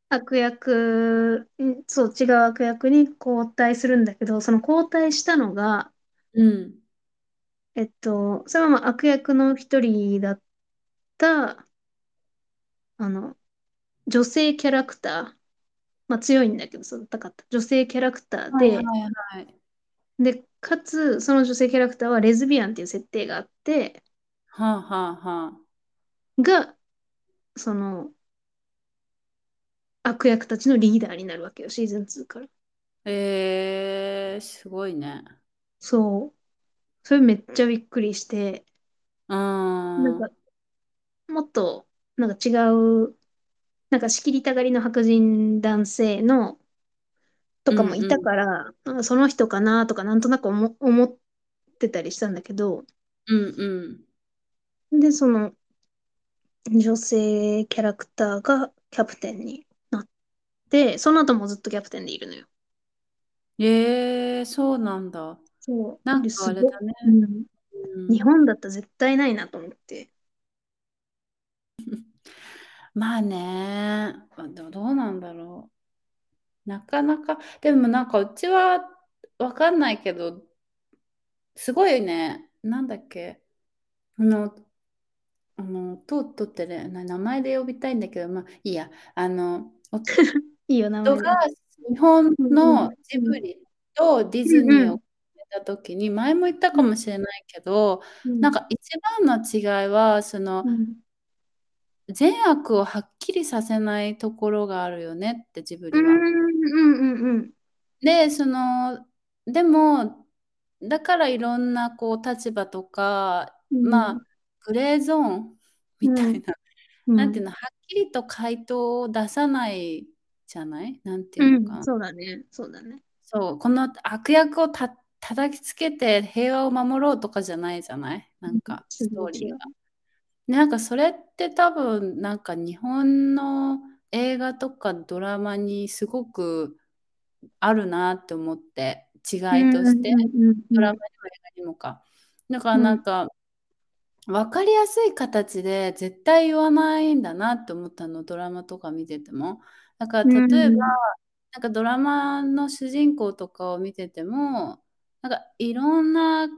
悪役、んそう、違う悪役に交代するんだけど、その交代したのが、うん。えっと、それはまあ悪役の一人だった、あの、女性キャラクター、まあ強いんだけど、そう、高かった。女性キャラクターはいで、はいはい。で、かつ、その女性キャラクターはレズビアンっていう設定があって、はあはあはあ。が、その、悪役たちのリーダーになるわけよ、シーズン2から。えー、すごいね。そう。それめっちゃびっくりして、うなんん。うか、もっと、なんか違う、なんか仕切りたがりの白人男性のとんかもいうたん。から、なんかその人かなとかなんとなく思、思ってたりしたんだけど、うんうん。で、その女性キャラクターがキャプテンになって、その後もずっとキャプテンでいるのよ。えー、そうなんだ。そう。なんで、かすあれご、だね。うん。う日ん。本だったら絶対ないなと思って。まあね。ど、どうなんだろう。なかなか、でもなんかうちはわかんないけど、すごいね。なんだっけ。あの、あの、とうとうってね、な名前で呼びたいんだけど、まあいいや。あ <laughs> の、いいよ、名人前がで。日本うんうん。のジうんブリとディうズニーんを比べた時に前も言ったうかんもしれないけどうなんんか一番の違いはそのうん善悪をはっきりさせないところがあるよねってジブうリは。んうんうんでそのでもだからいろんなこう立場とかうんまうんあグレーゾーンうみたんいなうなんていうんのはっきりと回答を出さないじゃないなんていうのうんかな。そうだねそうだねそう、この悪役をた叩きつけて平和を守ろうとかじゃないじゃないなんか違ストうーリ違ーうが。ねなんかそれって多分なんか日本の映画とかドラマにすごくあるなって思って違ういんとしてうんうドんうラマんにも映画にもか。だからうなんんか分かりやすい形で絶対言わないんだなって思ったのドラマとか見てても。だかうら例えばんなんかドラマの主人公とかを見てても、なんかいろんな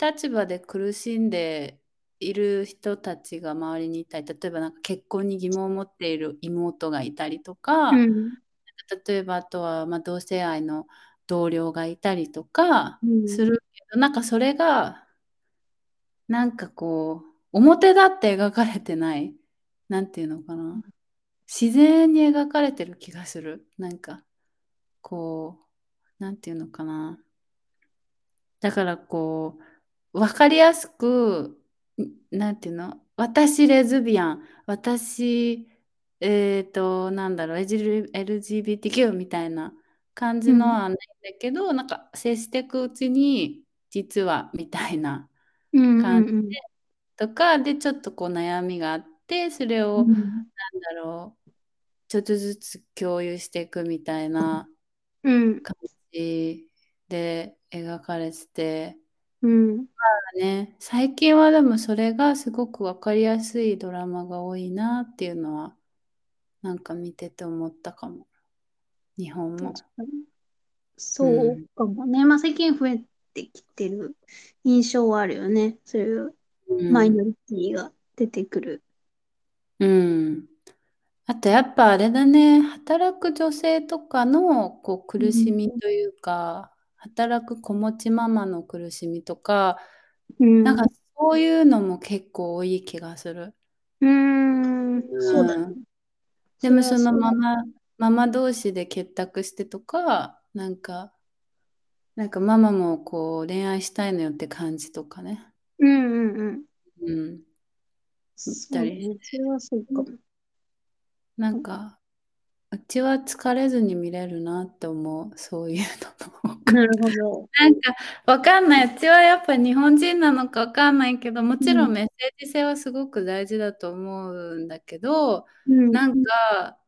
立場で苦しんでいる人たちが周りにいたり、例えばなんか結婚に疑問を持っている妹がいたりとうか、ん例えばあとはまあ同性愛の同僚がいたりとかうんするけど、なんかそれがなんかこう、表だって描かれてない、なんていうのかな、自然に描かれてる気がする。なんかこう、なんていうのかな。だからこう、わかりやすくなんていうの私レズビアン、私、えっと、なんだろう、LG LGBTQ みたいな感うじのん。はないんだけど、なんか接していくうちに、実はみたいなうん感じうんとか、で、ちょっとこう悩みがあって、それうを、ん。なんだろう、ちょっとずつ共有していくみたいなうん。感じで描かれてて、うん。ね、最近はでもそれがすごくわかりやすいドラマが多いなっていうのはなんか見てて思ったかも。日本確も。かに。う。そうんかもね。まあ、最近増えてきてる印象はあるよね。そういううマイノん。リティが出てくる。うん。あとやっぱあれだね、働く女性とかのこうう苦しん。みというか、働く子持ちママの苦しみとか、うなんかん。そういうのも結構多い気がする。うーん。そうだうね。ん。でそもれはそのそうマだ。マ、ママ同士で結託してとか、なんか、なんかママもこう恋愛したいのよって感じとかね。うんうんうん。うん。見そたうだりしね。そて。れはそうかも。なんか、うちは疲れずに見れるなって思う。そういうのも多 <laughs> く。なるほど。なんか、わかんない。うちはやっぱ日本人なのかわかんないけど、もうちろんん。メッセージ性はすごく大事だと思うんだけど、うん。なんか、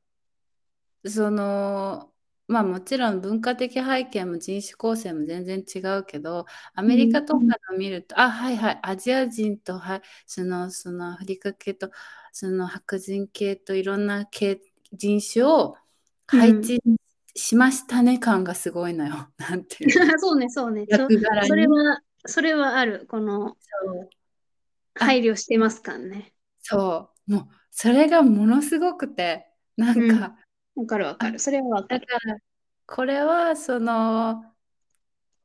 そのまあもちろん文化的背景も人種構成も全然違うけどアうメリん。カとかの見ると、あはいはいアジア人とはそのそのアフリカ系とその白人系といろんな系人種をう配ん。置しましたね感がすごいのよ。 <laughs> なんていうの <laughs> そうね、そうね。そ、役柄それに。は、それはある。この、そう配あ慮してますからね。そうもうそれがものすごくてなんうん。かわかるわあかる。それはわかだる。からこれはその。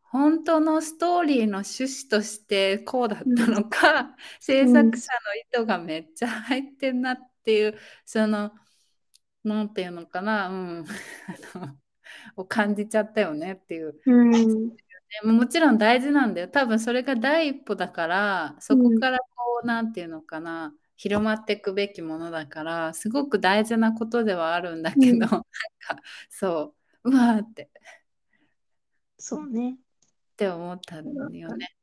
本当のストーリーの趣旨としてこうだうったん。のか、制う作ん。者の意図がめっちゃ入ってんなっていう、その、なんていうのかな、うん、あの、を感じちゃったよねっていう。うん。ねもちろん大事なんだよ。多分それが第一歩だから、うそこん。からこう、なんていうのかな、広まっていくべきものだから、すごく大事なことではあるんだうけど、んなんか、そう、うわーって、っそうね。て思ったそれはわんよかる。ね。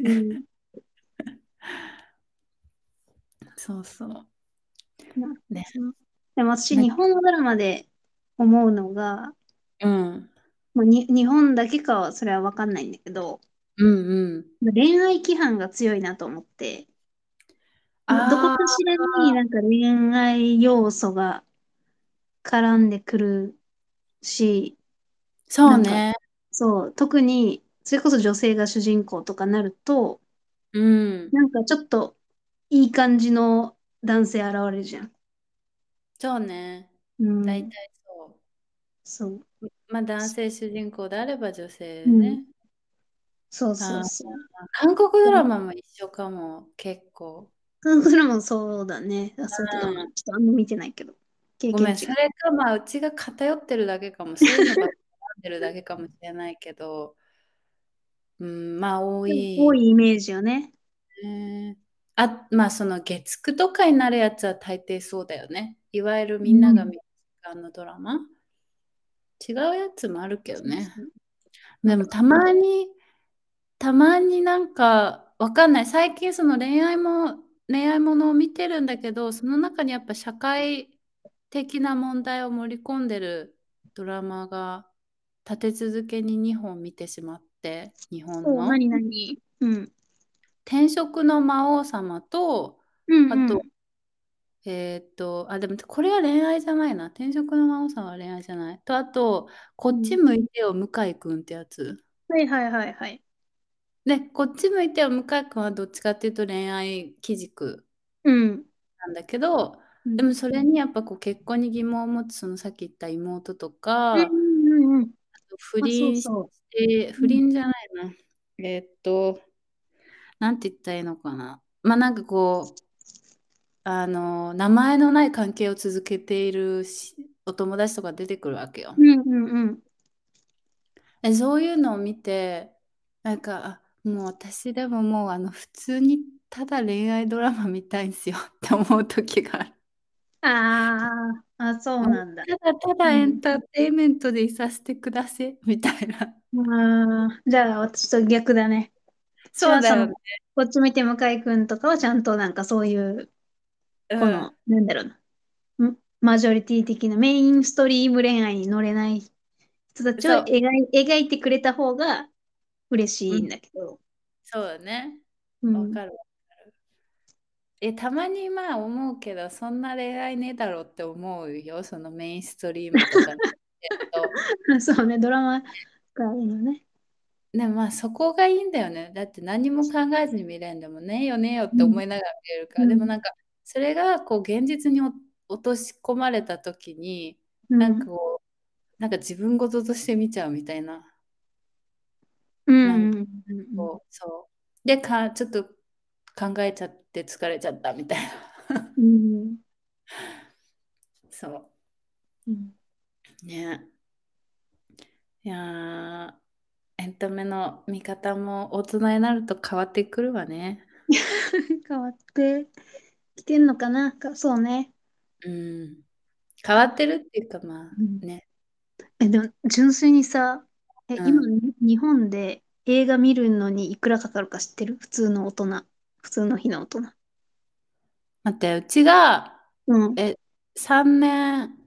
うん。そうそう。なるね。ほど。でも私、な日本のドラマで思うのが、うん。まあ、に、日本だけかはそれはわかんないんだけど、うんうん。恋愛規範が強いなと思って、まあ、どこあかしらにあ、なんか恋愛要素が絡んでくるし、そなうんか、ね。そう、特に、それこそ女性が主人公とかなると、うん。なんかちょっといい感じの男性現れるじゃん。そうね。う大ん、体そそう。う。まあ男性主人公であれば女う性ん、ね。そうそうあー、そう。韓国ド韓ラマも一緒かも、結構。国ドラマもそうだね。あ、そうとか、うん。ちょっとあんま見てないけど、経ご験めん、値そが。れかまあうちが偏ってるだけかも、そういうのが偏ってるだけかもしれないけど、 <laughs> うん、まあ多多いいイメージよね。ね。あ、まあその月9とかになるやつは大抵そうだよね。いわゆるうみんながん。見る時間のドラマ。違うやつもあるけどそうね。そう。なでんもか、たまに、たまになんかわかんない。最近その恋愛も、恋愛ものを見てるんだけど、その中にやっぱ社会的な問題を盛り込んでるドラマが立て続けに2本見てしまって、日本そう、なの。になに。うん。転職の魔王様と、うあんうと、ん。えーっと、あ、でもこれは恋愛じゃないな。転職の魔王様は恋愛じゃない。と、あと、こうっちん向いてよ、向井くんってやつ。はいはいはいはい。で、こっち向いてよ、向井くんはどっちかっていうと恋愛基軸うん。なんだけど、うでん。もそれにやっぱこう結婚に疑問を持つ、そのさっき言った妹とうんか、うんうん。不あ、そう倫しそて、う。う不ん。倫じゃないな。えーっと、なんて言ったらいいのかな。まあなんかこう、あの、名前のない関係を続けているしお友達とか出てくるわけよ。うんうんうん。え、そういうのを見て、なんか、あもう私でももうあの普通にただ恋愛ドラマ見たいんすよって思う時がある。ああ、あ、そうなんだ。ただたうだエンん。ターテインメントでいさせてくださいみたいな。ああ、じゃあ私と逆だね。私そうはだそよの、ね。こっち見て向井くんとかはちゃんとなんかそういう、うこん。の、なんだろうな、んマジョリティ的なメインストリーム恋愛に乗れない人たちをそ描う。い、描いてくれた方が嬉しういん。んだけど。そうだね。うわん。かる。え、たまにまあ思うけど、そんな恋愛ねえだろって思うよ。そのメインストリームとかにしてると。 <laughs> そうね、ドラマがいいのね。ね、まあそこがいいんだよね。だって何も考えずに見れんでもねえよねえよっうてん。思いながら見れるかうら。でもん。なんかそれがこう現実にお落とし込まれた時に、うなんかん。こう、なんか自分事として見ちゃうみたいな。うなんん。かうん。こう、そう。で、か、ちょっと考えちゃって疲れちゃったみたいな。 <laughs> うん。そうん。 <laughs> う。ね。いやー、エンタメの見方も大人になると変わってくるわね。変わってきてんのかな。か、そうね。うん。変わってるっていうか、まうあん。ね。え、でも、純粋にさ、え、う今、ん。に日本で映画見るのにいくらかかるか知ってる普通の大人。普通の日の大人。待って、うちが、うん。え、3年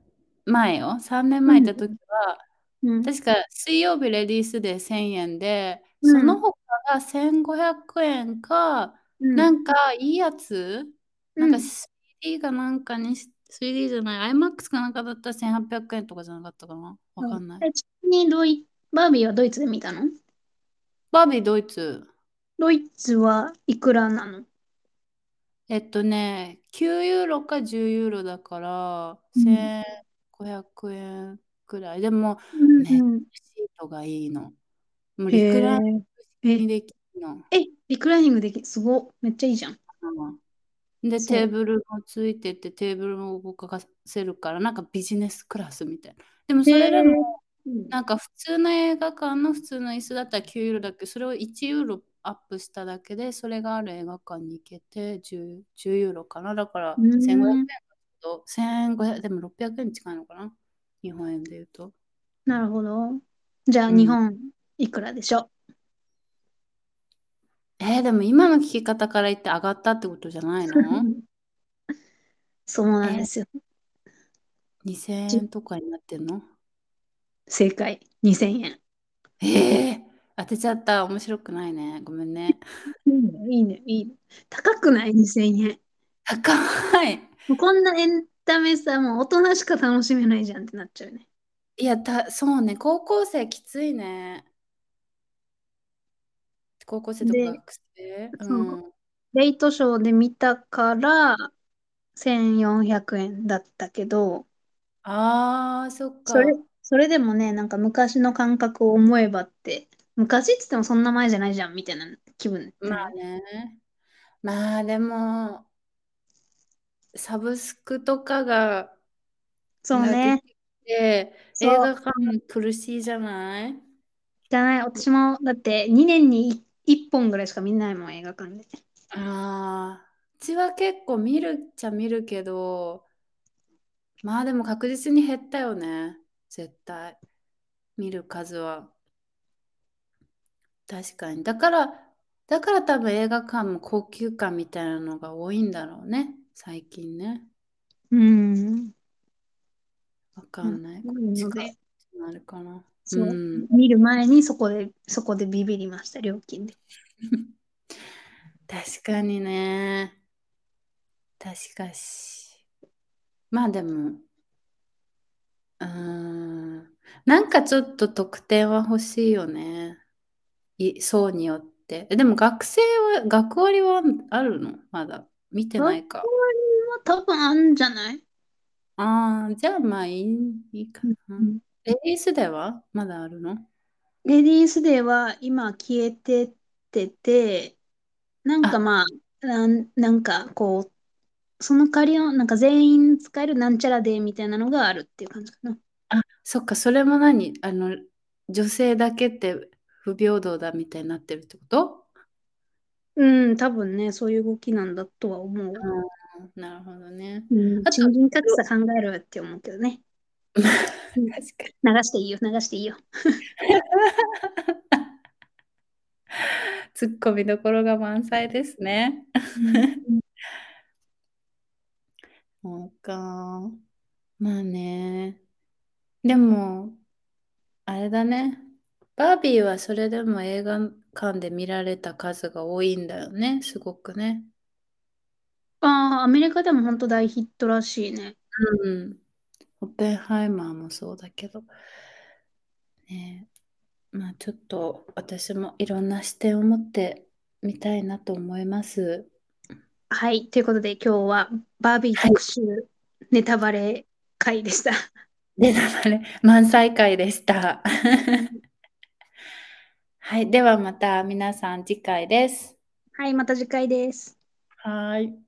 前よ。3年う前行ん。った時は、うん。確か水曜日レディースで1000円で、うそのん。他が1500円か、う。なんんかいいやつ、うなんかん 3D かなんかにし、3D じゃない、IMAX かなんかだったら1800円とかじゃなかったかな。わうかんんない。え、ちなみにドイ、バービーはドイツで見たのバービードイツ、ドイツはいくらなのえっとね、9ユーロか10ユーロだからうん。 1500円くらい。でも、うんめっちうん。ゃシートがいいの。もうへリクライニえ。ングえ、にできるの。え、リクライニングでき、すごっ。めっちゃいいじゃん。うんで、テーそブルもついてて、テーブルも動かせるから、なんかビジネスクラスみたいな。でもう。それでも、へえ。うん。なんか普通の映画館の普通の椅子だったら9ユーロだっけど、それを1ユーロアップしただけで、それがある映画館に行けて10、10ユーロかな。だかうら1500ーん。円と1500、でも600円近いのかな。日本円で言うと。なるほど。じゃあ、う日ん。本、いくらでしょえーでも今の聞き方から言って上がったってことじゃない <laughs> のうそうなんえでー、すよ。 2000じ円とかになってんの正解、2000円。ええ当てちゃった。面白くないね。ごめんね。いいね、いいね、いいね。高くない2000円。高い。もうこんなエンタメさ、もう大人しか楽しめないじゃんってなっちゃうよね。いや、た、そうね。高校生きついね。高校生とかで、学生。うその、ん。レイトショーで見たから、1400円だったけど、ああ、そっそれ、か。それでもね、なんか昔の感覚を思えばって、昔っつってもそんな前じゃないじゃんみたいな気分にまなある。ね。まあでも、サブスクとかがそうな出ね。てきて、映そう。画館苦しいじゃないじゃない、私も、だって2年に1本ぐらいしか見ないもん、映画館で。ああー、うちは結構見るっちゃ見るけど、まあでも確実に減ったよね。絶対。見る数は。確かに。だから、だから多分映画館も高級感みたいなのが多いんだろうね。最近ね。うん。わかな、んない。こっなちのか。で、あるかな。うそう、ん。見る前にそこで、そこでビビりました、料金で。確かにね。確かし。まあでも、うーん。なんかちょっと特典は欲しいよね。い、層によって。えでも学生は、学割はあるのまだ。見て学な割いか。は多分あんじゃないああ、じゃあまあいい、いいかうんうな。んレディースデーはまだあるのレディースデーは今消えてってて、なんかあ、まあ、なん、なんかこう、その代わりの、なんか全員使えるなんちゃらデーみたいなのがあるっていう感じかな。あ、そっか、それも何あの、女性だけって不平等だみたいになってるってことうん、多分ね、そういう動きなんだとは思う。うんなるほどね。うん、あと、賃金格差考えるって思うけどね。確かうん、流していいよ、流していいよ。に。ツッコミどころが満載ですね。うん <laughs> そうか。まあね。でも、あれだね。バービーはそれでも映画館で見られた数が多いんだよね、すごくね。ああ、アメリカでも本当大ヒットらしいね。うん。オッペンハイマーもそうだけど。ねまあちょっと私もいろんな視点を持ってみたいなと思います。はい、ということで今日はバービーはい。特集ネタバレ会でした。で、だれ満載会でした。 <laughs> はい。ではまた皆さん次回です。はい、また次回です。はーい。